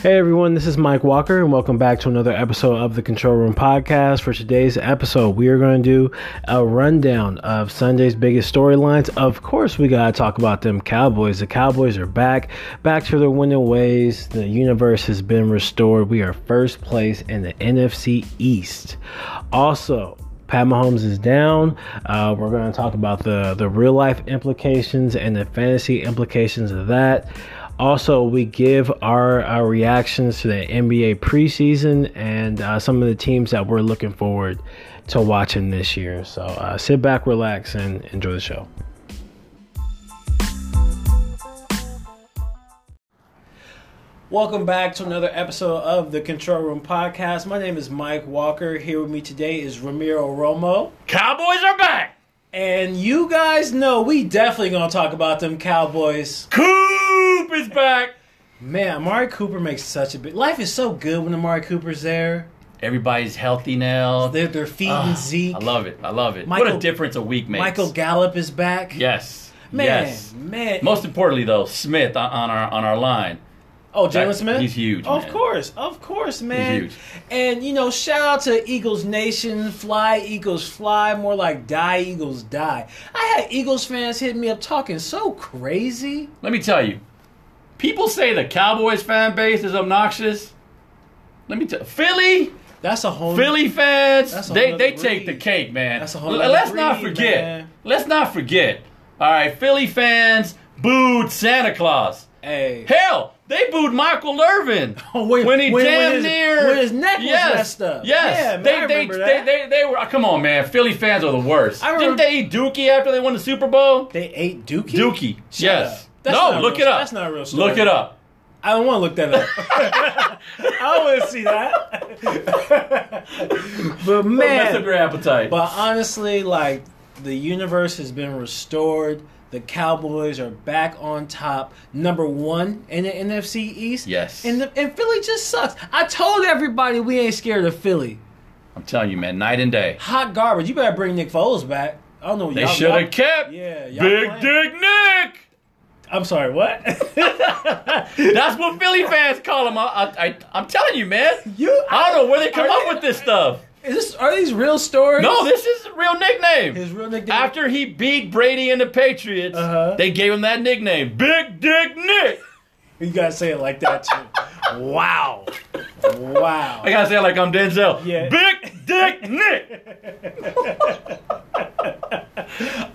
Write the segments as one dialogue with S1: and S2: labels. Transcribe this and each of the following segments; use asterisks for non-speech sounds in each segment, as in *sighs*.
S1: Hey everyone, this is Mike Walker, and welcome back to another episode of the Control Room Podcast. For today's episode, we are going to do a rundown of Sunday's biggest storylines. Of course, we got to talk about them Cowboys. The Cowboys are back, back to their winning ways. The universe has been restored. We are first place in the NFC East. Also, Pat Mahomes is down. Uh, we're going to talk about the, the real life implications and the fantasy implications of that. Also, we give our, our reactions to the NBA preseason and uh, some of the teams that we're looking forward to watching this year. So uh, sit back, relax, and enjoy the show. Welcome back to another episode of the Control Room Podcast. My name is Mike Walker. Here with me today is Ramiro Romo.
S2: Cowboys are back.
S1: And you guys know we definitely gonna talk about them Cowboys.
S2: Coop is back.
S1: Man, Amari Cooper makes such a big life is so good when Amari Cooper's there.
S2: Everybody's healthy now.
S1: They're they're feeding
S2: Ah,
S1: Zeke.
S2: I love it. I love it. what
S1: Michael-
S2: a difference a week makes.
S1: Michael Gallup is back.
S2: Yes.
S1: Man,
S2: Yes.
S1: man.
S2: Most importantly, though, Smith on- on our on our line.
S1: oh, Jalen
S2: that-
S1: Smith?
S2: he's huge,
S1: Of
S2: man.
S1: course, of course, man.
S2: huge.
S1: And you know, shout out to Eagles Nation, fly Eagles fly, more like die Eagles die. I had Eagles fans hit me up talking so crazy.
S2: Let me tell you, people say the Cowboys fan base is obnoxious. Let me tell Philly,
S1: That's a whole
S2: Philly fans,
S1: That's a whole
S2: they they
S1: nother
S2: take the
S1: breed.
S2: cake, man.
S1: That's a whole
S2: L-
S1: nother
S2: let's not
S1: breed,
S2: forget.
S1: man.
S2: Let's not forget. All right, Philly fans booed Santa Claus.
S1: Hey.
S2: Hell, they booed Michael Irvin
S1: *laughs* Oh, when-
S2: when he
S1: when-
S2: damn
S1: when his-
S2: near
S1: when his neck was
S2: yes,
S1: messed up.
S2: Yes,
S1: Yeah, man,
S2: they,
S1: I
S2: they,
S1: remember that.
S2: They, they they were. Come on, man, Philly fans are the worst.
S1: I remember-
S2: Didn't they eat Dookie after they won the Super Bowl?
S1: They ate Dookie.
S2: Dookie,
S1: Shut
S2: yes.
S1: up. That's not a
S2: no, look
S1: real-
S2: it up.
S1: that's not a real story.
S2: Look it up.
S1: I don't want to look that up. I want to see that. but
S2: Mess up
S1: man,
S2: your appetite.
S1: but honestly, like the universe has been restored. The Cowboys are back on top, number one in the NFC East.
S2: Yes.
S1: and the, and Philly just sucks. I told everybody we ain't scared of Philly.
S2: I'm telling you, man, night and day.
S1: Hot garbage. You better bring Nick Foles back. I don't know. What
S2: They
S1: y'all-
S2: should
S1: y'all-
S2: have kept
S1: Yeah, y'all
S2: Big
S1: playing.
S2: Dick Nick.
S1: I'm sorry.
S2: *laughs*
S1: What?
S2: That's what Philly fans call him. I, I, I, I'm telling you, man.
S1: You-
S2: I don't know where they come
S1: Are
S2: up
S1: they-
S2: with this stuff.
S1: Is this, are these real stories?
S2: No, this is a real nickname.
S1: his real nickname.
S2: After he beat Brady and the Patriots,
S1: Uh-huh.
S2: they gave him that nickname, Big Dick Nick.
S1: *laughs* You gotta say it like that too. wow. Wow.
S2: I gotta say it like I'm Denzel.
S1: Yeah. *laughs*
S2: Big Dick Nick.
S1: I don't,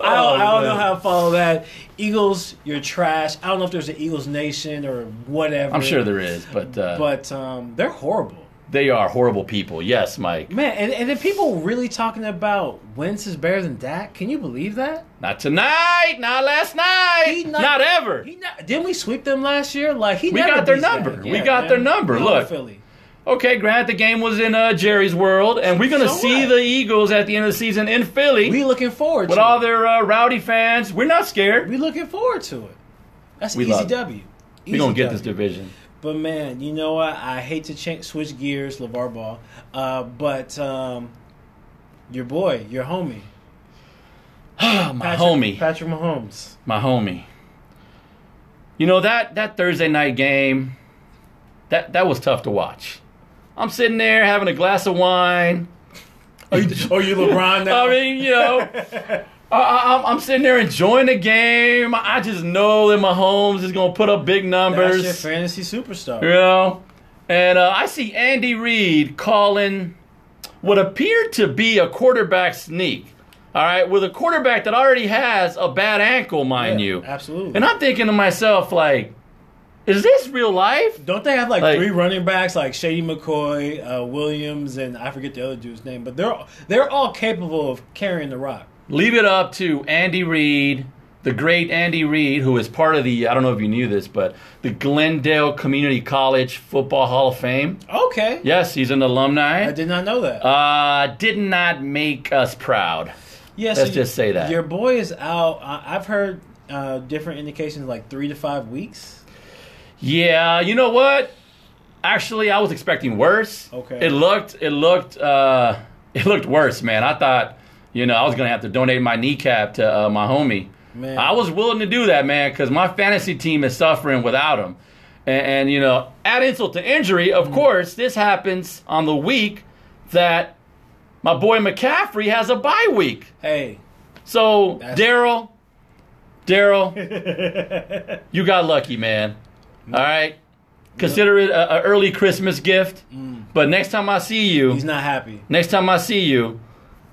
S1: I don't know
S2: Oh, man.
S1: how to follow that. Eagles, you're trash. I don't know if there's an Eagles Nation or whatever.
S2: I'm sure there is, but uh,
S1: But um, they're horrible.
S2: they are horrible people. Yes, Mike.
S1: Man, and, and then people really talking about Wentz is better than Dak. Can you believe that?
S2: Not tonight. Not last night.
S1: He
S2: not,
S1: not-
S2: ever.
S1: He not, didn't we sweep them last year? Like he
S2: We
S1: never
S2: got their
S1: beats Dak.
S2: number. We got their number.
S1: Come on,
S2: Look.
S1: Philly.
S2: Okay, Grant. The game was in uh, Jerry's world, and we're gonna
S1: So
S2: see
S1: what?
S2: the Eagles at the end of the season in Philly
S1: We looking forward
S2: with
S1: to
S2: all
S1: it.
S2: their uh, rowdy fans. We're not scared.
S1: We looking forward to it. That's
S2: We
S1: easy
S2: love it.
S1: W.
S2: We're gonna
S1: Easy
S2: get this
S1: W.
S2: division.
S1: But man, you know what? I hate to change, switch gears, LeVar Ball. Uh, but um, your boy, your homie,
S2: *sighs* My
S1: Patrick,
S2: homie.
S1: Patrick Mahomes.
S2: my homie. You know that that Thursday night game, that that was tough to watch. I'm sitting there having a glass of wine.
S1: Are you, are Oh, you *laughs* LeBron now?
S2: *laughs* I mean, you know, I, I, I'm- I'm sitting there enjoying the game. I just know that Mahomes is gonna put up big
S1: that's your
S2: numbers.
S1: fantasy superstar.
S2: You know, and uh, I see Andy Reid calling what appeared to be a quarterback sneak. All right, with a quarterback that already has a bad ankle, mind
S1: Yeah,
S2: you.
S1: absolutely.
S2: And I'm thinking to myself, like, is this real life?
S1: Don't they have like,
S2: Like-
S1: three running backs, like Shady McCoy, uh, Williams, and I forget the other dude's name, but they're they're all capable of carrying the rock.
S2: Leave it up to Andy Reid, the great Andy Reid, who is part of the, I don't know if you knew this, but the Glendale Community College Football Hall of Fame.
S1: Okay,
S2: Yes, he's an
S1: I
S2: alumni.
S1: did not know that.
S2: Uh, did not make us proud.
S1: Yes,
S2: Let's just say that.
S1: your boy is out. I- I've heard uh, different indications, like three to five weeks.
S2: Yeah, you know what? Actually, I was expecting worse.
S1: Okay.
S2: It looked, it looked, uh, *laughs* it looked worse, man. I thought, you know, I was gonna have to donate my kneecap to uh, my homie.
S1: Man.
S2: I was willing to do that, man, because my fantasy team is suffering without him. And, and, you know, add insult to injury,
S1: Mm.
S2: of course, this happens on the week that my boy McCaffrey has a bye week.
S1: Hey,
S2: So,
S1: That's-
S2: Daryl, Daryl,
S1: *laughs*
S2: you got lucky, man. All right? Consider it an early Christmas gift. But next time I see you,
S1: Mm. he's not happy.
S2: next time I see you,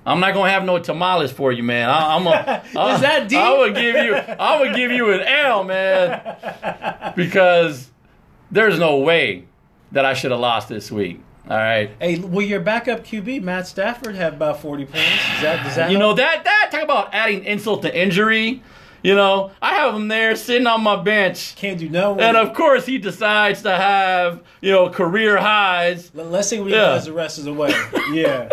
S2: I'm not gonna have no tamales for you, man. I, I'm a,
S1: *laughs* Is that deep?
S2: I would give you, I would give you an L, man, because there's no way that I should have lost this week. All right,
S1: Hey, will your backup QB Matt Stafford have about forty points? Is that, does that
S2: you
S1: help?
S2: know that that talk about adding insult to injury. You know, I have him there sitting on my bench,
S1: can't do no.
S2: and of course he decides to have you know career highs.
S1: Let- Let's say we
S2: Yeah.
S1: realize the rest is away. yeah,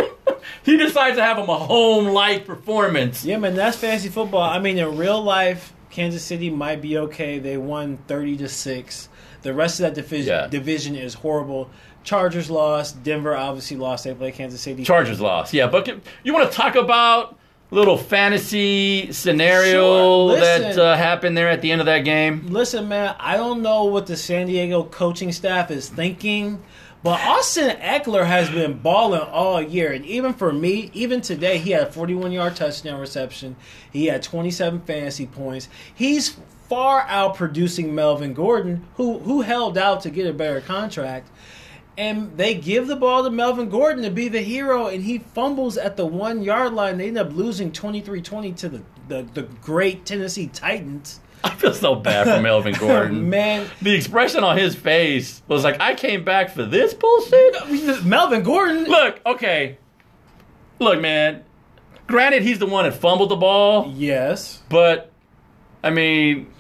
S2: He decides to have him a home-like performance.
S1: yeah, man. That's fantasy football. I mean, in real life, Kansas City might be okay. They won thirty to six. The rest of that division
S2: Yeah.
S1: division is horrible. Chargers lost. Denver obviously lost. They play Kansas City.
S2: Chargers lost. Yeah, but can- you want to talk about little fantasy scenario
S1: Sure,
S2: that
S1: listen.
S2: uh, happened there at the end of that
S1: *laughs*
S2: game?
S1: Listen, man, I don't know what the San Diego coaching staff is thinking, but Austin Eckler has been balling all year. And even for me, even today, he had a 41 yard touchdown reception. He had 27 fantasy points. He's far out producing Melvin Gordon, who, who held out to get a better contract. And they give the ball to Melvin Gordon to be the hero, and he fumbles at the one yard line. They end up losing 23 20 to the, the, the great Tennessee Titans.
S2: I feel so bad
S1: *laughs*
S2: for Melvin Gordon.
S1: Man,
S2: The expression on his face was like, "I came back for this bullshit."
S1: Melvin Gordon.
S2: Look, okay, look, man. Granted, he's the one that fumbled the ball.
S1: Yes.
S2: But I mean,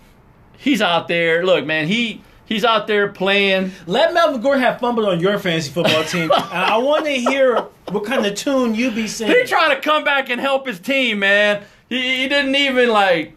S2: he's out there. Look, man, he he's out there playing.
S1: Let Melvin Gordon have fumbled on your fantasy football team. Uh, I want to hear what kind of tune you be
S2: He
S1: singing.
S2: tried to come back and help his team, man. He, he didn't even like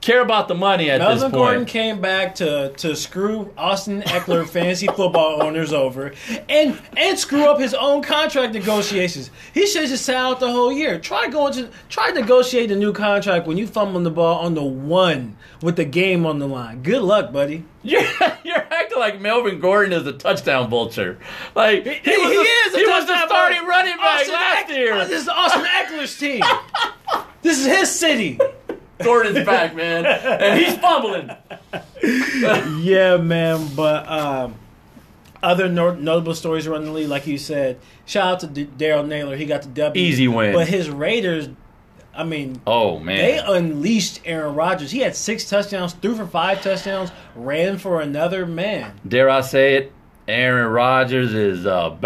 S2: care about the money at this
S1: Melvin
S2: point.
S1: Gordon came back to, to screw Austin Eckler fantasy football *laughs* owners over and and screw up his own contract negotiations. He should have just sat out the whole year. Try going to try negotiate a new contract when you fumbling the ball on the one with the game on the line. Good luck, buddy.
S2: *laughs* You're, you're acting like Melvin Gordon is a touchdown vulture. Like he,
S1: he
S2: was,
S1: is a
S2: he was the
S1: touchdown
S2: starting
S1: vulture.
S2: running back
S1: Austin
S2: last
S1: Eck- *laughs*
S2: year.
S1: This is Austin Eckler's team. this is his city.
S2: Gordon's back, man, and he's fumbling.
S1: Yeah, man. But um, other no- notable stories around the league, like you said, shout out to D- Daryl Naylor. He got the W.
S2: Easy win.
S1: But his Raiders, I mean,
S2: Oh man,
S1: they unleashed Aaron Rodgers. He had six touchdowns, threw for five touchdowns, ran for another man.
S2: dare I say it, Aaron Rodgers is a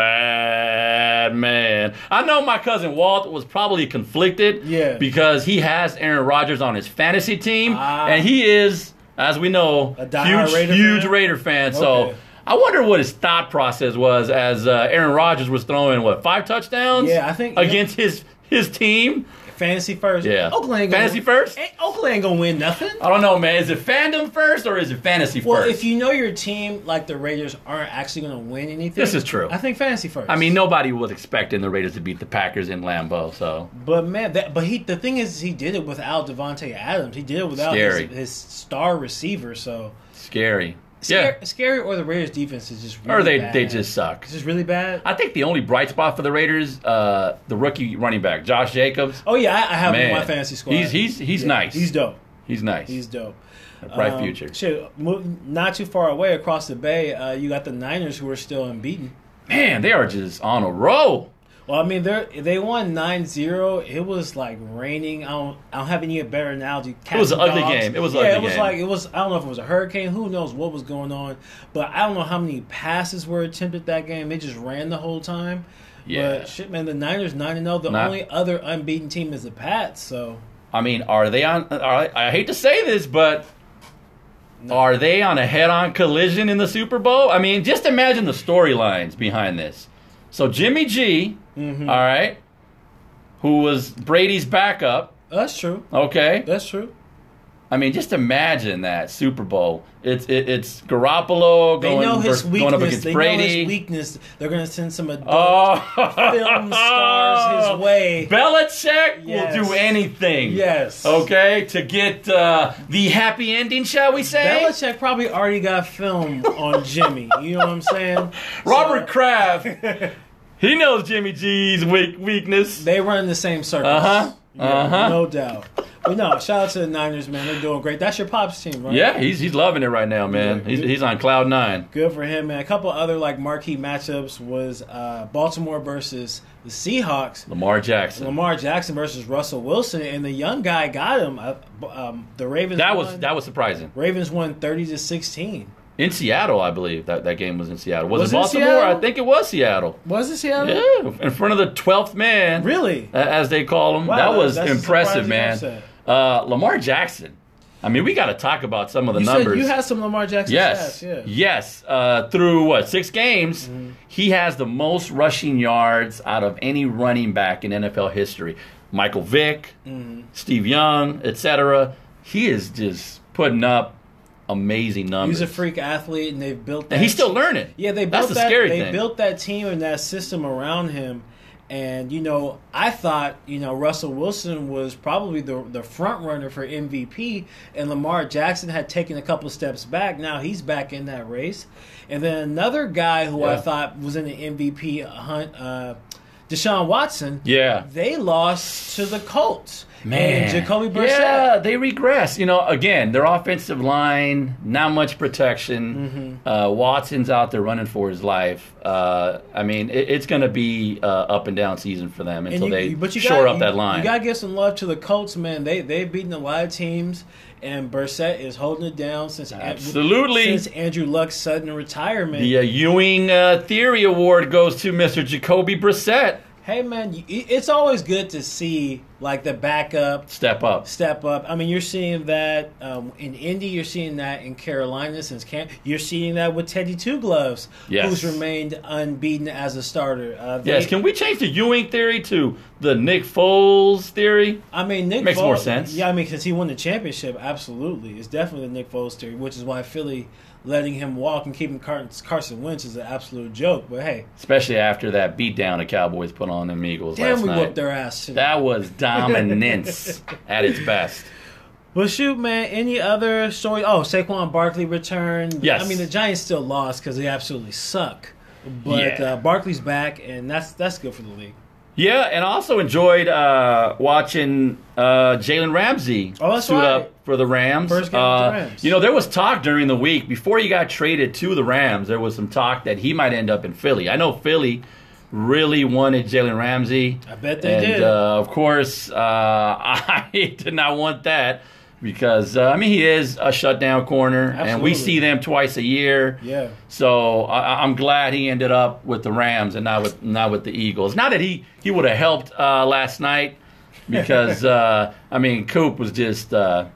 S2: bad man. I know my cousin Walt was probably conflicted
S1: Yeah.
S2: because he has Aaron Rodgers on his fantasy team,
S1: Ah.
S2: and he is, as we know,
S1: A diehard
S2: huge,
S1: Raider
S2: huge
S1: fan?
S2: Raider fan. So
S1: Okay.
S2: I wonder what his thought process was as uh, Aaron Rodgers was throwing, what, five touchdowns?
S1: Yeah, I think-
S2: Against his, his team?
S1: Fantasy first.
S2: Yeah.
S1: Oakland ain't gonna
S2: Fantasy first?
S1: Ain't- Oakland ain't gonna win nothing.
S2: I don't know, man. Is it fandom first or is it fantasy
S1: Well,
S2: first?
S1: if you know your team, like the Raiders, aren't actually going to win anything.
S2: This is true.
S1: I think fantasy first.
S2: I mean, nobody was expecting the Raiders to beat the Packers in Lambeau, so.
S1: But man, that, but he the thing is he did it without Devonte Adams. He did it without
S2: Scary.
S1: his, his star receiver. So
S2: Scary.
S1: Scar- scary or the Raiders defense is just
S2: yeah.
S1: really
S2: Or they,
S1: bad.
S2: they just suck.
S1: It's just really bad.
S2: I think the only bright spot for the Raiders, uh, the rookie running back, Josh Jacobs.
S1: oh yeah, I, I have him
S2: Man.
S1: in my fantasy squad.
S2: He's- he's- he's nice.
S1: He's dope.
S2: He's nice.
S1: He's dope. Um,
S2: bright future.
S1: Shit, mo- not too far away across the bay, uh, you got the Niners who are still unbeaten.
S2: Man, they are just on a roll.
S1: Well, I mean, they they won 9-0. It was like raining. I don't, I don't have any better analogy. Cats
S2: was an
S1: and
S2: ugly
S1: dogs.
S2: game. It was an
S1: yeah.
S2: ugly
S1: it was
S2: game.
S1: like it was. I don't know if it was a hurricane. Who knows what was going on? But I don't know how many passes were attempted that game. They just ran the whole time.
S2: Yeah.
S1: But shit, man, the Niners nine and zero. The
S2: Nah.
S1: only other unbeaten team is the Pats. So
S2: I mean, are they on? Are, I hate to say this, but are they on a head-on collision in the Super Bowl? I mean, just imagine the storylines behind this. So Jimmy G,
S1: Mm-hmm.
S2: all right, who was Brady's backup,
S1: that's true.
S2: okay,
S1: That's true.
S2: I mean, just imagine that Super Bowl. It's it, it's Garoppolo
S1: They
S2: going,
S1: know his
S2: vers- going up
S1: weakness.
S2: against
S1: They know his
S2: Brady.
S1: weakness. They're going to send some adult
S2: *laughs* Oh,
S1: film stars
S2: *laughs*
S1: his way.
S2: Belichick
S1: Yes.
S2: will do anything.
S1: Yes.
S2: Okay, to get uh, the happy ending, shall we say?
S1: Belichick probably already got film on Jimmy. You know what I'm
S2: *laughs*
S1: saying? *laughs*
S2: Robert Kraft. he knows Jimmy G's weak weakness.
S1: They run in the same circles.
S2: Uh-huh.
S1: Yeah,
S2: Uh-huh.
S1: No doubt. But no, shout out to the Niners, man. They're doing great. That's your pops team, right?
S2: Yeah, he's he's loving it right now, man.
S1: Yeah.
S2: He's, he's on cloud nine.
S1: Good for him, man. A couple other like marquee matchups was uh, Baltimore versus the Seahawks.
S2: Lamar Jackson.
S1: Lamar Jackson versus Russell Wilson, and the young guy got him. Uh, um, the Ravens.
S2: That
S1: won.
S2: was that was surprising.
S1: Ravens won thirty to sixteen.
S2: In Seattle, I believe that, that game was in Seattle. Was,
S1: Was
S2: it
S1: it
S2: Baltimore?
S1: Seattle?
S2: I think it was Seattle.
S1: Was it Seattle?
S2: Yeah, in front of the twelfth man.
S1: Really?
S2: a- as they call him.
S1: Wow,
S2: that
S1: that-
S2: was
S1: that's a
S2: impressive,
S1: surprising
S2: man.
S1: upset.
S2: Uh, Lamar Jackson. I mean, we got to talk about some of the
S1: You
S2: numbers.
S1: said you had some Lamar Jackson.
S2: yes,
S1: stats, Yeah. Mm-hmm.
S2: yes. Uh, through what six games, he has the most rushing yards out of any running back in NFL history. Michael Vick,
S1: Mm-hmm.
S2: Steve Young, etc. He is just putting up amazing numbers.
S1: He's a freak athlete, and they've built. That
S2: and he's still learning.
S1: Yeah, they
S2: That's
S1: built
S2: the
S1: that.
S2: scary
S1: they
S2: thing.
S1: built that team and that system around him, and you know, I thought you know Russell Wilson was probably the the front runner for MVP, and Lamar Jackson had taken a couple steps back. Now he's back in that race, and then another guy who I
S2: Yeah.
S1: thought was in the MVP hunt, uh, Deshaun Watson.
S2: yeah,
S1: They lost to the Colts.
S2: Man,
S1: and Jacoby Brissett.
S2: Yeah, they regress. You know, again, their offensive line, not much protection.
S1: Mm-hmm.
S2: Uh, Watson's out there running for his life. Uh, I mean, it, it's going to be uh, up and down season for them until they shore
S1: gotta-
S2: up that line.
S1: You gotta give some love to the Colts, man. They they've beaten a lot of teams, and Brissett is holding it down since An-
S2: Absolutely.
S1: since Andrew Luck's sudden retirement.
S2: the uh, Ewing uh, Theory Award goes to Mr. Jacoby Brissett.
S1: Hey, man, you- it- it's always good to see like the backup
S2: Step up.
S1: step up. I mean, you're seeing that um, in Indy. You're seeing that in Carolina since camp. You're seeing that with Teddy Two Gloves,
S2: Yes.
S1: who's remained unbeaten as a starter. Uh, they-
S2: Yes, can we change the Ewing Theory to the Nick Foles Theory?
S1: I mean, Nick
S2: Makes
S1: Foles,
S2: more sense.
S1: Yeah, I mean, because he won the championship. Absolutely, it's definitely the Nick Foles theory, which is why Philly letting him walk and keeping Car- Carson Wentz is an absolute joke. But hey,
S2: Especially after that beatdown the Cowboys put on them Eagles
S1: damn,
S2: last
S1: we
S2: night.
S1: whooped their ass. Too.
S2: That was
S1: *laughs*
S2: dominance at its best.
S1: Well, shoot, man. Any other story? Oh, Saquon Barkley returned.
S2: Yes.
S1: I mean, the Giants still lost because they absolutely suck. But
S2: Yeah.
S1: uh, Barkley's back, and that's that's good for the league.
S2: Yeah, and also enjoyed uh, watching uh, Jalen Ramsey
S1: Oh, that's
S2: suit
S1: right.
S2: up for the Rams.
S1: First game
S2: uh,
S1: with the Rams.
S2: You know, there was talk during the week before he got traded to the Rams. There was some talk that he might end up in Philly. I know Philly really wanted Jalen Ramsey.
S1: I bet they
S2: and,
S1: did.
S2: Uh, of course, uh, *laughs* I did not want that because uh, I mean he is a shutdown corner, and
S1: Absolutely.
S2: we see them twice a year.
S1: Yeah.
S2: So I, I- I'm glad he ended up with the Rams and not with not with the Eagles. Not that he he would have helped uh, last night
S1: *laughs*
S2: because uh, I mean Coop was just uh,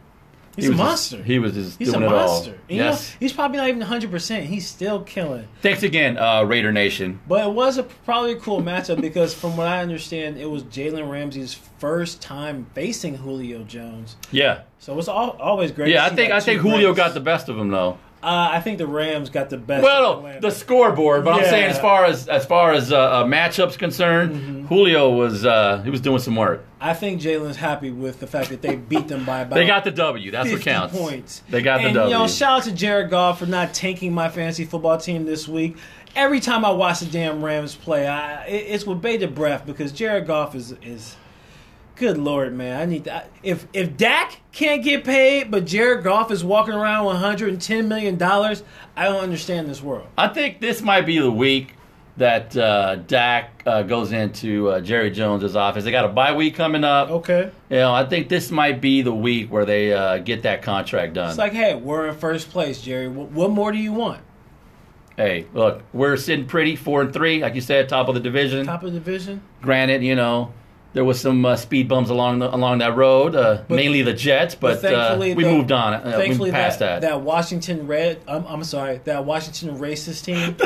S1: He's
S2: he
S1: a
S2: was
S1: monster.
S2: Just, he was just
S1: He's a
S2: doing it
S1: monster.
S2: all.
S1: And you know,
S2: Yes.
S1: he's probably not even 100%. He's still killing.
S2: Thanks again, uh, Raider Nation.
S1: But it was a probably a cool matchup because, from what I understand, it was Jalen Ramsey's first time facing Julio Jones.
S2: Yeah.
S1: So it's al always great.
S2: Yeah,
S1: to
S2: I
S1: see,
S2: think
S1: like,
S2: I think
S1: two
S2: Julio
S1: greats.
S2: got the best of him though.
S1: Uh, I think the Rams got the best. of
S2: Well,
S1: Atlanta.
S2: the scoreboard, but I'm
S1: Yeah.
S2: saying as far as as far as uh, uh, matchups concerned,
S1: Mm-hmm.
S2: Julio was uh, he was doing some work.
S1: I think Jalen's happy with the fact that they beat them by about.
S2: They got the W. That's what
S1: 50
S2: counts.
S1: points.
S2: They got the
S1: and,
S2: W.
S1: You know, shout out to Jared Goff for not tanking my fantasy football team this week. Every time I watch the damn Rams play, I, it, it's with bated breath because Jared Goff is is. Good lord, man! I need that. If if Dak can't get paid, but Jared Goff is walking around with 110 million dollars, I don't understand this world.
S2: I think this might be the week that uh, Dak uh, goes into uh, Jerry Jones' office. They got a bye week coming up.
S1: Okay,
S2: You know, I think this might be the week where they uh, get that contract done.
S1: it's like, hey, we're in first place, Jerry. What, what more do you want?
S2: hey, look, we're sitting pretty, four and three, like you said, top of the division.
S1: Top of the division.
S2: Granted, you know. There was some uh, speed bumps along the, along that road, uh, mainly the Jets, but, uh,
S1: thankfully
S2: we
S1: the-
S2: moved on. Uh,
S1: Thankfully,
S2: we passed
S1: that,
S2: that.
S1: that Washington red. I'm, I'm sorry, that Washington racist team.
S2: the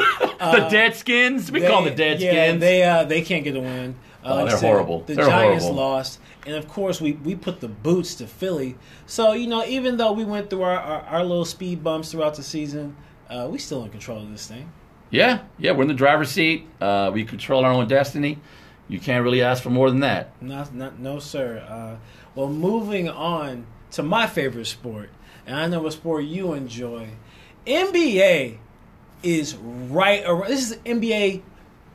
S2: Deadskins, we call them the
S1: uh, They-
S2: Deadskins.
S1: Yeah, they uh, they can't get a win. Uh,
S2: Oh,
S1: like I
S2: they're horrible.
S1: The
S2: They're
S1: Giants
S2: horrible.
S1: lost, And of course, we, we put the boots to Philly. So, you know, even though we went through our, our, our little speed bumps throughout the season, uh, we still in control of this thing.
S2: Yeah, yeah, we're in the driver's seat. Uh, we control our own destiny. You can't really ask for more than that.
S1: Not, not, no, sir. Uh, well, moving on to my favorite sport, and I know what sport you enjoy. NBA is right around. This is NBA.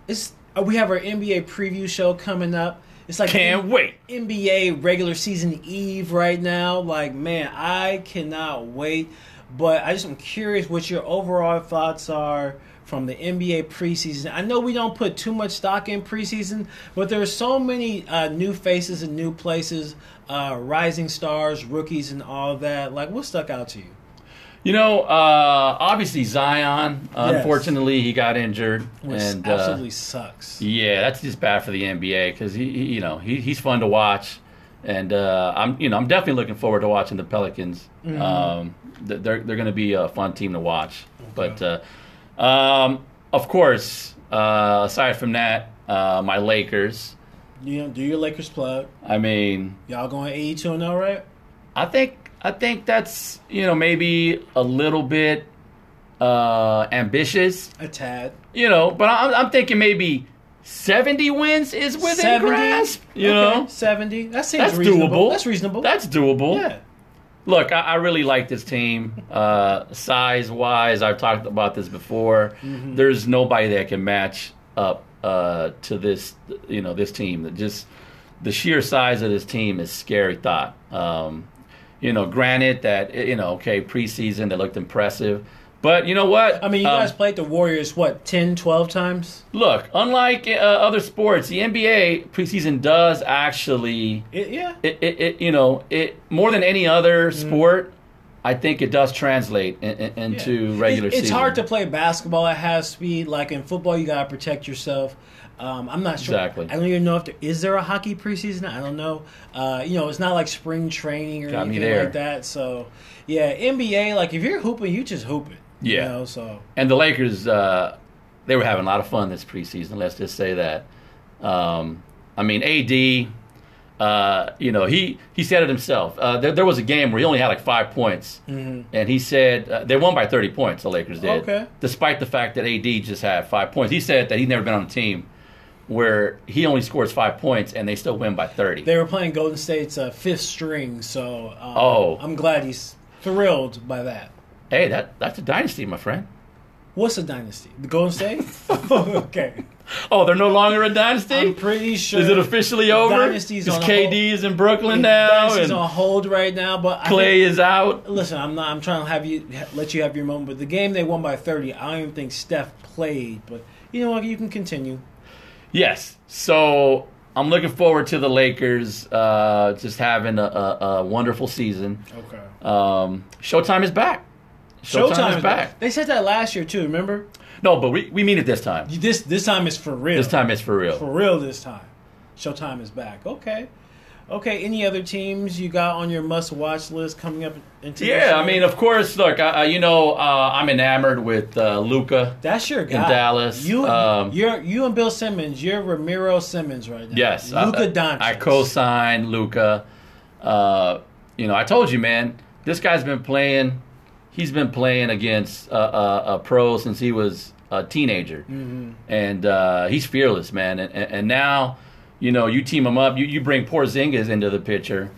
S1: It's, uh, we have our NBA preview show coming up. It's like
S2: Can't wait.
S1: NBA regular season eve right now. Like, man, I cannot wait. But I just am curious what your overall thoughts are from the NBA preseason. I know we don't put too much stock in preseason, but there are so many uh, new faces and new places, uh, rising stars, rookies, and all that. Like, what stuck out to you?
S2: You know, uh, obviously Zion.
S1: Yes.
S2: Unfortunately, he got injured,
S1: Which
S2: and uh,
S1: absolutely sucks.
S2: Yeah, that's just bad for the NBA because he, he, you know, he, he's fun to watch, and uh, I'm, you know, I'm definitely looking forward to watching the Pelicans. Um, th- they're they're going to be a fun team to watch. But uh, um, of course, uh, aside from that, uh, my Lakers.
S1: You know, do your Lakers plug.
S2: I mean,
S1: Y'all going 82 and 0, right?
S2: I think I think that's you know maybe a little bit uh, ambitious,
S1: A tad.
S2: you know, but I'm, I'm thinking maybe. 70 wins is within grasp, you
S1: Okay,
S2: know.
S1: 70. That seems
S2: That's
S1: reasonable.
S2: doable.
S1: That's reasonable.
S2: That's doable.
S1: yeah.
S2: Look, I, I really like this team. Uh, size wise, I've talked about this before.
S1: Mm-hmm.
S2: There's nobody that can match up uh, to this. You know, this team. That just the sheer size of this team is scary thought. Um, you know, granted that you know, okay, preseason they looked impressive, but you know what?
S1: I mean, you
S2: Um,
S1: guys played the Warriors, what, 10, 12 times?
S2: look. Unlike uh, other sports, the NBA preseason does actually
S1: It, yeah.
S2: it, it, it you know it more than any other
S1: Mm.
S2: sport i think it does translate in, in, into regular
S1: It- it's
S2: season.
S1: hard to play basketball at half speed. Like in football, you gotta protect yourself. Um, I'm not sure.
S2: Exactly.
S1: I don't even know if there is there a hockey preseason. I don't know. Uh, you know, it's not like spring training or
S2: Got me
S1: anything
S2: there.
S1: like that. So, yeah, NBA. Like if you're hooping, you just hoop it. You
S2: Yeah.
S1: know, so
S2: and the lakers uh, they were having a lot of fun this preseason let's just say that um, i mean ad uh, you know he he said it himself uh, there, there was a game where he only had like five points and he said uh, they won by 30 points the lakers did
S1: Mm-hmm. Okay.
S2: despite the fact that ad just had five points he said that he'd never been on a team where he only scores five points and they still win by 30
S1: they were playing Golden State's uh, fifth string. So, um,
S2: Oh.
S1: I'm glad he's thrilled by that.
S2: Hey, that that's a dynasty, my friend.
S1: What's a dynasty? The Golden
S2: *laughs*
S1: State? *laughs* okay.
S2: Oh, they're no longer a dynasty. *laughs*
S1: I'm pretty sure.
S2: is it officially over?
S1: Dynasty's
S2: is
S1: on a
S2: KD is in Brooklyn now,
S1: Dynasty's
S2: and
S1: on hold right now, but I think-
S2: Clay is out.
S1: Listen, I'm not. I'm trying to have you let you have your moment. But the game they won by 30. I don't even think Steph played. But you know what? You can continue.
S2: Yes, so I'm looking forward to the Lakers uh, just having a, a, a wonderful season.
S1: Okay.
S2: Um, Showtime is back. Showtime, is back.
S1: They said that last year too. Remember?
S2: No, but we, we mean it this time.
S1: This this time is for real.
S2: This time it's for real.
S1: for real. This time, Showtime is back. Okay. Okay. Any other teams you got on your must watch list coming up? Into this
S2: yeah, I
S1: year?
S2: mean, of course. Look, I, I, you know, uh, I'm enamored with uh, Luca.
S1: That's your guy.
S2: Dallas,
S1: You
S2: um,
S1: you're you and Bill Simmons. You're Ramiro Simmons right now.
S2: Yes, I-
S1: Luka
S2: I-
S1: Doncic.
S2: I co-signed Luca. Uh, you know, I told you, man. This guy's been playing. He's been playing against uh, uh, uh, pro since he was a teenager,
S1: Mm-hmm.
S2: and uh, he's fearless, man. And, and, and now, you know, you team him up. You you bring Porzingis into the picture.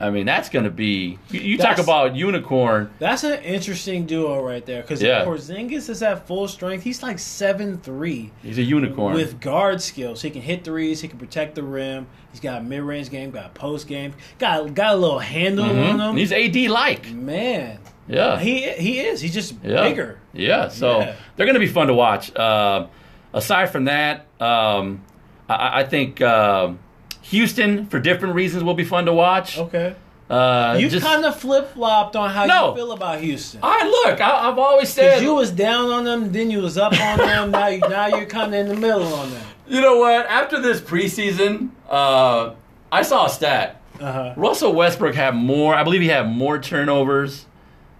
S2: I mean, that's going to be. You, you talk
S1: That's-
S2: about unicorn.
S1: That's an interesting duo right there because
S2: Yeah.
S1: Porzingis is at full strength. He's like seven three
S2: He's a unicorn.
S1: with guard skills. He can hit threes. He can protect the rim. He's got mid range game. Got post game. Got got a little handle
S2: Mhm.
S1: on
S2: And
S1: him.
S2: He's AD like.
S1: Man,
S2: Yeah.
S1: he he is. He's just
S2: Yeah.
S1: bigger.
S2: Yeah, so
S1: Yeah.
S2: they're going to be fun to watch. Um aside from that, um, I- I, I think um Houston, for different reasons, will be fun to watch.
S1: Okay,
S2: Uh,
S1: Oh. you
S2: just-
S1: kind of flip flopped on how
S2: No.
S1: you feel about Houston.
S2: I look. I, I've always said
S1: 'Cause you was down on them, then you was up on them. now you now you're kind of in the middle on them.
S2: You know what? After this preseason, uh, I saw a stat.
S1: Uh huh.
S2: *laughs* Russell Westbrook had more. I believe he had more turnovers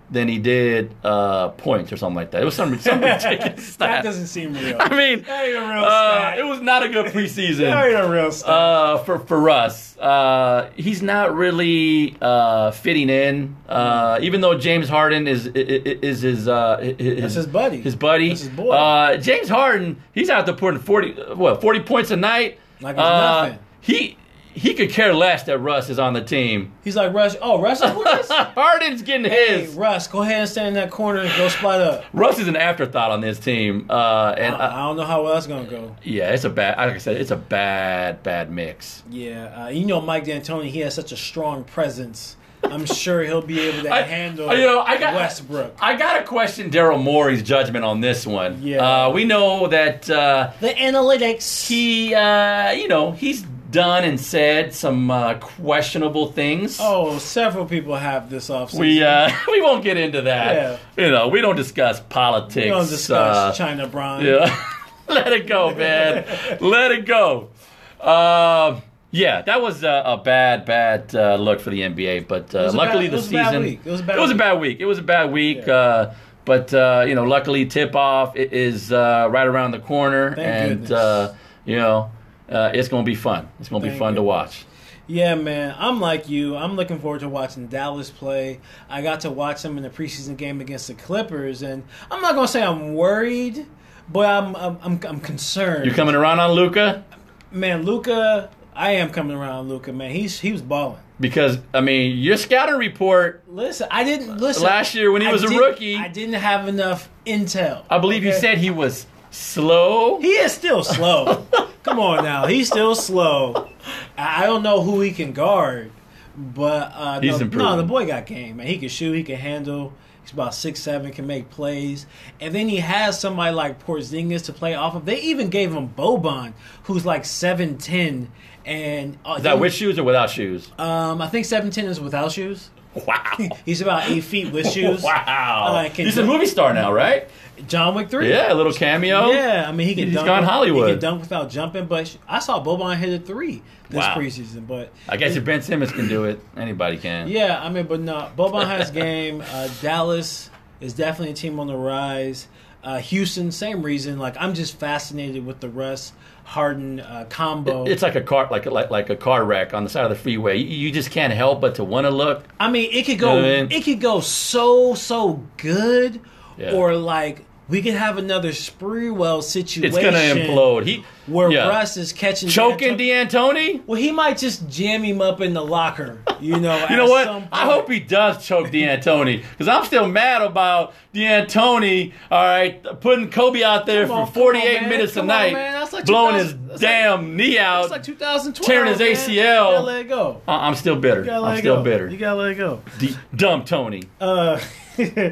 S2: than he did uh, points or something like that. It was
S1: *laughs*
S2: some, some ridiculous
S1: That
S2: stat.
S1: doesn't seem real.
S2: I mean,
S1: That ain't a real
S2: uh,
S1: stat.
S2: it was not a good
S1: that *laughs*
S2: preseason
S1: ain't a real stat.
S2: uh, for for us. Uh, he's not really uh, fitting in,
S1: Mm-hmm.
S2: uh, even though James Harden is i- i- i- is his uh, his,
S1: That's his buddy.
S2: His buddy.
S1: That's his boy.
S2: Uh, James Harden, he's out there putting forty what forty points a night.
S1: Like it's
S2: Uh,
S1: nothing.
S2: He he could care less that Russ is on the team. *laughs*
S1: He's like Russ. Oh, Russ is with us?
S2: Harden's getting
S1: Hey,
S2: his.
S1: Russ, go ahead and stand in that corner and go spot up.
S2: Russ is an afterthought on this team, uh, and uh,
S1: I don't know how well that's gonna go.
S2: yeah, it's a bad. Like I said, it's a bad, bad mix.
S1: Yeah, uh, you know Mike D'Antoni. He has such a strong presence. I'm sure he'll be able to
S2: I-
S1: handle
S2: you know, I got-
S1: Westbrook.
S2: I gotta question Daryl Morey's judgment on this one.
S1: Yeah.
S2: uh, we know that uh,
S1: the analytics.
S2: he, uh, you know, he's done and said some uh, questionable things.
S1: oh, several people have this offseason.
S2: We uh, *laughs* we won't get into
S1: Yeah.
S2: that. You know, we don't discuss politics.
S1: We don't
S2: uh,
S1: discuss China Bron.
S2: Yeah. *laughs* Let it go, man. Let it go. Um yeah, that was a, a bad, bad uh, look for the NBA. But uh,
S1: was a
S2: luckily,
S1: bad- it
S2: the
S1: was a
S2: season
S1: bad week. It was a bad
S2: a
S1: week.
S2: bad week. It was a bad week.
S1: Yeah.
S2: Uh, but uh, you know, luckily, tip off i- is uh, right around the corner,
S1: Thank
S2: and
S1: goodness.
S2: uh, you know, uh, it's gonna be fun. It's gonna be
S1: Thank
S2: fun to
S1: goodness.
S2: watch.
S1: Yeah, man. I'm like you. I'm looking forward to watching Dallas play. I got to watch them in the preseason game against the Clippers, and I'm not gonna say I'm worried, but I'm I'm I'm, I'm concerned.
S2: You coming around on Luca?
S1: man, Luca. I am coming around, Luca. Man, he's he was balling.
S2: Because I mean, your scouting report.
S1: Listen, I didn't listen.
S2: Last year when he
S1: I
S2: was a
S1: didn't-
S2: rookie-
S1: I didn't have enough intel.
S2: I believe you
S1: okay?
S2: said he was slow.
S1: he is still slow. Come on now, he's still slow. I I don't know who he can guard, but uh,
S2: He's
S1: no,
S2: improving.
S1: no, the boy got game, man. He can shoot, he can handle. He's about six seven, can make plays, and then he has somebody like Porzingis to play off of. They even gave him Boban, who's like seven ten, and uh,
S2: Is that with shoes or without shoes?
S1: Um, I think seven ten is without *laughs* shoes.
S2: *laughs* Wow.
S1: He's about eight feet with shoes.
S2: *laughs* Wow.
S1: Uh, can
S2: He's a
S1: you-
S2: movie star now, right?
S1: John Wick three.
S2: Yeah, a little cameo.
S1: Yeah, I mean he can
S2: He's
S1: dunk.
S2: gone Hollywood.
S1: He can dunk without jumping, but sh- I saw Boban hit a three this
S2: Wow.
S1: preseason. But
S2: I guess if Ben Simmons can do it, anybody can.
S1: yeah, I mean, but no, Boban has game. Uh, Dallas is definitely a team on the rise. Uh, Houston, same reason. Like I'm just fascinated with the Russ Harden uh, combo.
S2: It's like a car, like a, like like a car wreck on the side of the freeway. You, you just can't help but to want to look.
S1: I mean, it could go.
S2: You know what I mean?
S1: It could go so so good,
S2: Yeah.
S1: or like we could have another Spreewell situation.
S2: It's gonna implode. He
S1: Where
S2: yeah.
S1: Russ is catching
S2: choking
S1: D'Anto-
S2: D'Antoni.
S1: Well, he might just jam him up in the locker. You know.
S2: *laughs* You know what? I hope he does choke D'Antoni because I'm still mad about D'Antoni. All right, putting Kobe out there
S1: Come on,
S2: for
S1: come on,
S2: 48
S1: man.
S2: minutes a
S1: Come on,
S2: night,
S1: man. That's like
S2: blowing
S1: 2000
S2: his
S1: that's like-
S2: damn knee out.
S1: It's like 2012.
S2: Tearing his
S1: man.
S2: ACL.
S1: You gotta let it go.
S2: I- I'm still bitter.
S1: You gotta let
S2: I'm
S1: it
S2: still
S1: go.
S2: bitter.
S1: You gotta let it go.
S2: D- dumb Tony.
S1: Uh, *laughs* I'm,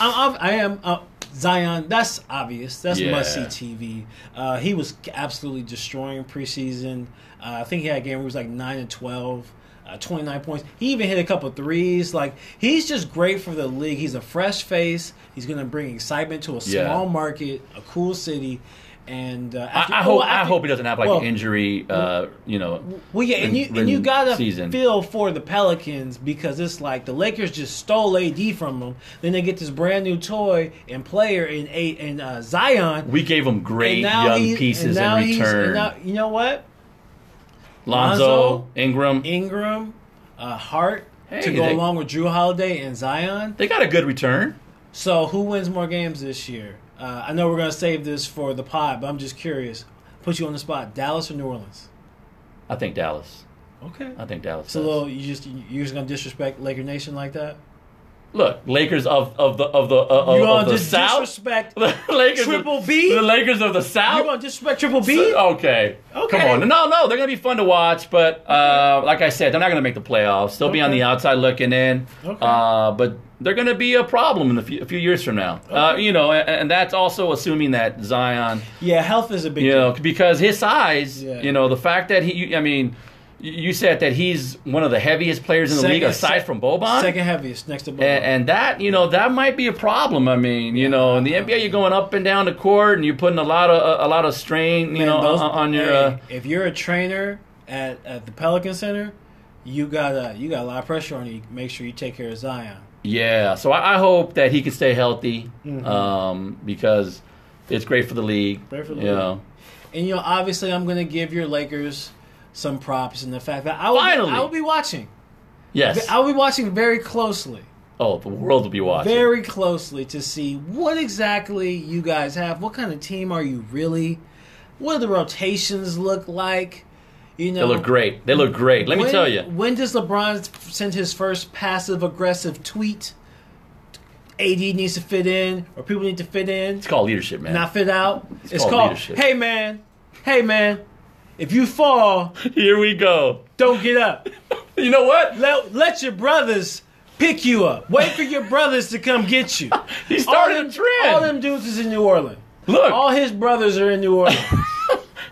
S1: I'm, I am uh, Zion. That's obvious. That's
S2: Yeah.
S1: must see TV. Uh, he was absolutely destroying preseason. Uh, I think he had a game where he was like nine and twelve. Uh, 29 points. He even hit a couple threes. Like, he's just great for the league. He's a fresh face. He's going to bring excitement to a
S2: Yeah.
S1: small market, a cool city. And uh, after-
S2: I, I
S1: oh,
S2: hope I
S1: after-
S2: hope he doesn't have like
S1: well,
S2: an injury. Uh, you know,
S1: Well, yeah, and you
S2: ridden-
S1: and you
S2: ridden
S1: gotta
S2: season.
S1: feel for the Pelicans because it's like the Lakers just stole AD from them. Then they get this brand new toy and player in a and uh, Zion.
S2: we gave him great
S1: and now
S2: young
S1: he- and
S2: pieces in
S1: now he's- and
S2: return.
S1: now- you know what?
S2: Lonzo,
S1: Lonzo,
S2: Ingram,
S1: Ingram, uh, Hart to
S2: Hey,
S1: go
S2: they-
S1: along with Drew Holiday and Zion.
S2: they got a good return.
S1: So who wins more games this year? Uh, I know we're gonna save this for the pod, but I'm just curious. Put you on the spot: Dallas or New Orleans?
S2: I think Dallas.
S1: Okay.
S2: I think Dallas.
S1: So
S2: does.
S1: little, you just you're just gonna disrespect Laker Nation like that?
S2: Look, Lakers of, of the of the uh, of,
S1: You
S2: of
S1: gonna
S2: the
S1: just
S2: South. *laughs*
S1: disrespect?
S2: The Lakers
S1: Triple
S2: of,
S1: B?
S2: The Lakers of the South.
S1: You gonna disrespect Triple B?
S2: So- uh, Okay.
S1: Okay.
S2: Come on. No, no, they're gonna be fun to watch, but uh, like I said, they're not gonna make the playoffs. They'll be on
S1: Okay.
S2: the outside looking in.
S1: Okay.
S2: Uh, but they're gonna be a problem in a few, a few years from now. Uh, you know, and, and that's also assuming that Zion,
S1: Yeah, health is a big.
S2: you
S1: deal.
S2: know, because his size,
S1: Yeah.
S2: you know, the fact that he, you- I mean, you- you said that he's one of the heaviest players in the
S1: Second-
S2: league aside
S1: sec-
S2: from Boban.
S1: Second heaviest next to Boban.
S2: And, and that, you know, that might be a problem. I mean, you know, in the NBA, you're going up and down the court, and you're putting a lot of a, lot of strain, you
S1: Man,
S2: know,
S1: those-
S2: on, on your.
S1: hey,
S2: Uh,
S1: if you're a trainer at, at the Pelican Center, you got uh, you got a lot of pressure on you. Make sure you take care of Zion.
S2: Yeah, so I, I hope that he can stay healthy um, because it's great for the league.
S1: Mm-hmm. Great for the
S2: you
S1: league.
S2: know.
S1: And you know, obviously, I'm gonna give your Lakers some props in the fact that I will,
S2: Finally.
S1: I will be watching.
S2: Yes.
S1: I will be watching very closely,
S2: oh, the world will be watching.
S1: very closely to see what exactly you guys have. What kind of team are you really? What do the rotations look like? You know,
S2: they look great. They look great. Let me
S1: When-
S2: tell you.
S1: When does LeBron send his first passive aggressive tweet? AD needs to fit in, or people need to fit in,
S2: It's called leadership, man.
S1: not fit out. It's,
S2: called
S1: called,
S2: leadership.
S1: hey man, hey man, if you fall,
S2: *laughs* Here we go.
S1: don't get up.
S2: You know what?
S1: Let, let your brothers pick you up. Wait for your brothers to come get
S2: *laughs*
S1: you.
S2: He
S1: All
S2: started
S1: them,
S2: a trend.
S1: all them dudes is in New Orleans.
S2: Look,
S1: All his brothers are in New
S2: *laughs*
S1: Orleans.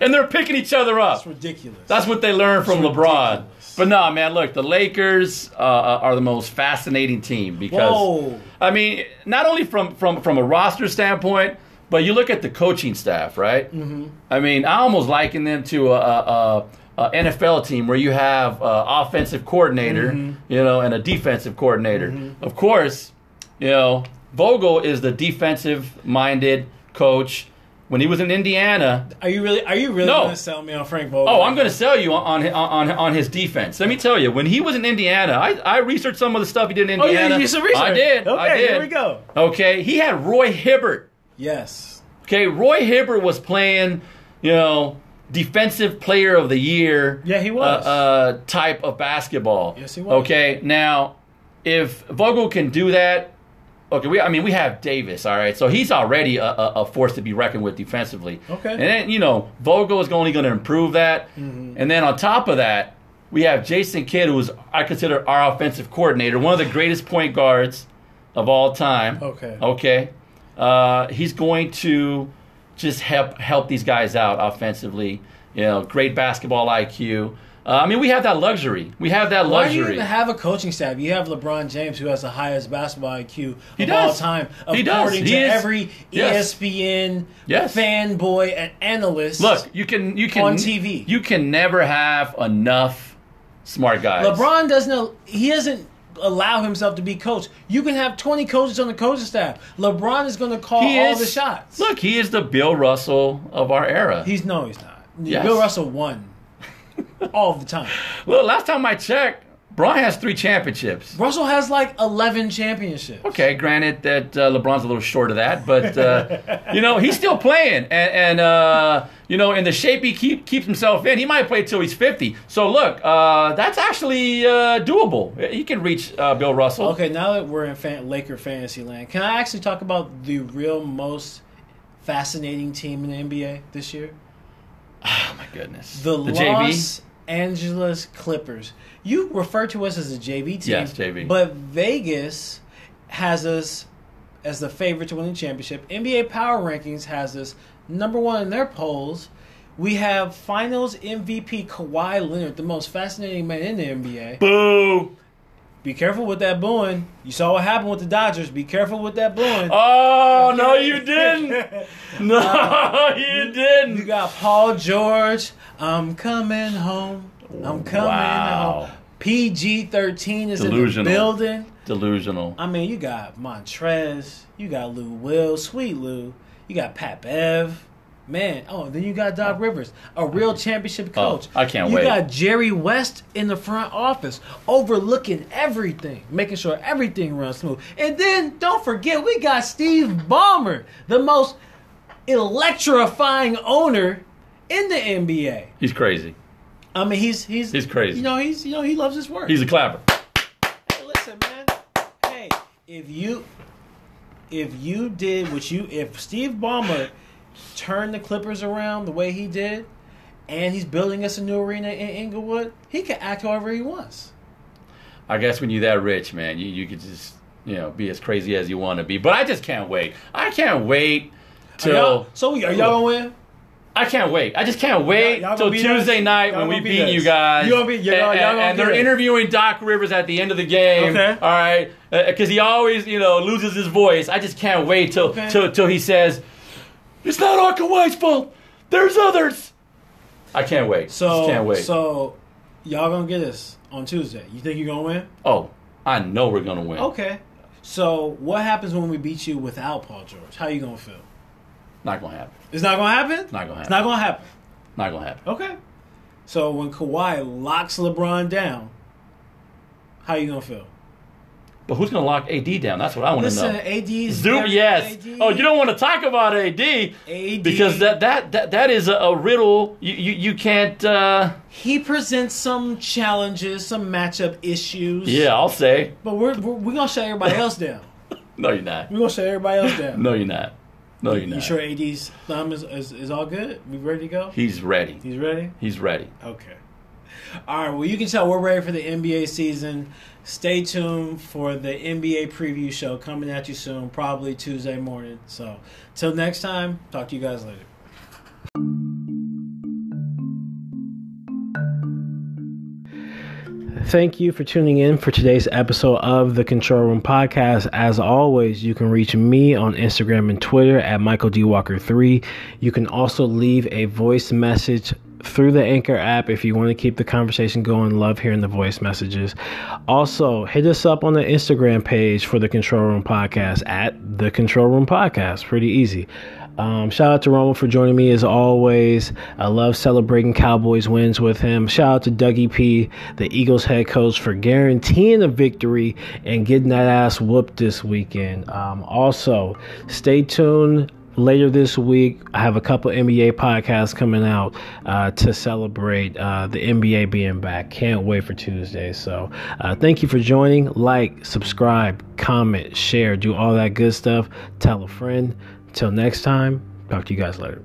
S2: and they're picking each other up.
S1: It's ridiculous.
S2: That's what they learned from LeBron.
S1: ridiculous.
S2: But nah, man, look, the Lakers uh, are the most fascinating team because
S1: Whoa.
S2: I mean, not only from from from a roster standpoint, but you look at the coaching staff, right? Mm-hmm. I mean, I almost liken them to a, a, a, a NFL team where you have an offensive coordinator,
S1: Mm-hmm.
S2: you know, and a defensive coordinator. Of course, you know, Vogel is the defensive-minded coach. When he was in Indiana,
S1: Are you really? Are you really
S2: No.
S1: going to sell me on Frank Vogel?
S2: Oh, I'm going to sell you on, on on on his defense. Let me tell you, when he was in Indiana, I, I researched some of the stuff he did in
S1: Oh, you
S2: Indiana.
S1: did some research.
S2: I did.
S1: Okay,
S2: I did.
S1: here we go.
S2: Okay, he had Roy Hibbert.
S1: Yes.
S2: Okay, Roy Hibbert was playing, you know, defensive player of the year.
S1: Yeah, he was.
S2: Uh, uh, type of basketball.
S1: Yes, he was.
S2: Okay, now if Vogel can do that, okay, we I mean we have Davis, all right, so he's already a, a, a force to be reckoned with defensively.
S1: Okay.
S2: and then you know Vogel is only going to improve that,
S1: Mm-hmm.
S2: and then on top of that. We have Jason Kidd, who is I consider our offensive coordinator, one of the greatest point guards of all time.
S1: Okay.
S2: Okay. Uh, he's going to just help help these guys out offensively. You know, great basketball IQ. Uh, I mean, we have that luxury. We have that
S1: Why do you
S2: luxury.
S1: even have a coaching staff? You have LeBron James, who has the highest basketball IQ
S2: He
S1: of all
S2: does.
S1: time,
S2: He does.
S1: according
S2: He
S1: to
S2: is-
S1: every E
S2: Yes.
S1: ESPN
S2: Yes.
S1: fanboy and analyst.
S2: Look, you can you can
S1: On TV.
S2: You can never have enough smart guys.
S1: LeBron doesn't. al- He doesn't allow himself to be coached. You can have 20 coaches on the coaching staff. LeBron is going to call
S2: He
S1: all
S2: is-
S1: the shots.
S2: Look, he is the Bill Russell of our era.
S1: he's no, he's not.
S2: Yes.
S1: Bill Russell
S2: *laughs*
S1: won all the time.
S2: Look, last time I checked, Bron has three championships.
S1: Russell has like 11 championships.
S2: Okay, granted that uh, LeBron's a little short of that,
S1: *laughs*
S2: but uh, you know he's still playing, and, and uh, you know in the shape he keep, keeps himself in, he might play till he's fifty. So look, uh, that's actually uh, doable. He can reach uh, Bill Russell.
S1: Okay, now that we're in fan- Laker fantasy land, can I actually talk about the real most fascinating team in the NBA this year?
S2: Oh my goodness,
S1: The, Los Angeles Clippers. You refer to us as a JV team.
S2: Yes, JV.
S1: But Vegas has us as the favorite to win the championship. NBA Power Rankings has us number one in their polls. We have Finals MVP Kawhi Leonard, the most fascinating man in the NBA.
S2: Boo!
S1: Be careful with that booing. You saw what happened with the Dodgers. Be careful with that booing.
S2: Oh no,
S1: *laughs*
S2: you didn't! No,
S1: Uh,
S2: *laughs* you
S1: You
S2: didn't!
S1: got Paul George. I'm coming home. I'm coming
S2: Wow.
S1: home. PG 13 is in the
S2: Delusional.
S1: building.
S2: Delusional.
S1: I mean, you got Montrez. You got Lou Will. Sweet Lou. You got Pat Bev. Man, oh, then you got Doc Rivers, a real championship
S2: Oh,
S1: coach.
S2: I can't wait.
S1: You got Jerry West in the front office, overlooking everything, making sure everything runs smooth. And then don't forget, we got Steve Ballmer, the most electrifying owner in the NBA.
S2: He's crazy.
S1: I mean, he's he's
S2: He's crazy.
S1: You know, he's you know he loves his work.
S2: He's a clapper.
S1: Hey, listen, man. Hey, if you if you did what you if Steve Ballmer turned the Clippers around the way he did, and he's building us a new arena in Inglewood, he can act however he wants.
S2: I guess when you're that rich, man, you, you could just you know be as crazy as you want to be. But I just can't wait. I can't wait
S1: Are y'all-
S2: till
S1: so are y'all gonna win?
S2: I can't wait. I just can't wait
S1: Y'all- y'all
S2: till
S1: gonna beat us?
S2: Tuesday night
S1: Y'all
S2: when we
S1: gonna beat
S2: beat
S1: us?
S2: you guys.
S1: You gonna beat- y'all-
S2: and,
S1: y'all gonna
S2: and they're
S1: beat us.
S2: interviewing Doc Rivers at the end of the game.
S1: Okay.
S2: All right, because he always you know loses his voice. I just can't wait till
S1: Okay.
S2: till till he says, "It's not all Kawhi's fault. There's others." I can't wait.
S1: So
S2: just can't wait.
S1: So y'all gonna get us on Tuesday. You think you're gonna win?
S2: oh, I know we're gonna win.
S1: Okay.
S3: So what happens when we beat you without Paul George? How you gonna feel?
S2: Not gonna happen.
S3: It's not gonna happen.
S2: Not gonna
S3: It's not gonna happen.
S2: Not gonna happen.
S3: Okay. So when Kawhi locks LeBron down, how you gonna feel?
S2: But who's gonna lock AD down? That's what I want to
S3: Listen,
S2: know.
S3: AD's
S2: Zoom, yes. Oh, you don't want to talk about AD
S3: AD
S2: because that that that, that is a, a riddle. You you, you can't. Uh,
S3: he presents some challenges, some matchup issues.
S2: yeah, I'll say.
S3: But we're we're, we're gonna shut
S2: *laughs*
S3: everybody else down.
S2: No, you're not.
S3: We're gonna shut everybody else down.
S2: No, you're not. No, you're not.
S3: You sure AD's thumb is, is, is all good? We ready to go?
S2: He's ready.
S3: He's ready?
S2: He's ready.
S3: Okay. All right, well, you can tell we're ready for the NBA season. Stay tuned for the NBA preview show coming at you soon, probably Tuesday morning. So, till next time, talk to you guys later.
S1: Thank you for tuning in for today's episode of the Control Room Podcast. As always, you can reach me on Instagram and Twitter at Michael D. Walker3. You can also leave a voice message through the Anchor app if you want to keep the conversation going. Love hearing the voice messages. Also, hit us up on the Instagram page for the Control Room Podcast at the Control Room Podcast. Pretty easy. Um, shout out to Roma for joining me as always. I love celebrating Cowboys wins with him. Shout out to Dougie P, the Eagles head coach, for guaranteeing a victory and getting that ass whooped this weekend. Um, also, stay tuned. Later this week, I have a couple NBA podcasts coming out uh, to celebrate uh, the NBA being back. Can't wait for Tuesday. So, uh, thank you for joining. Like, subscribe, comment, share, do all that good stuff. Tell a friend. Till next time, talk to you guys later.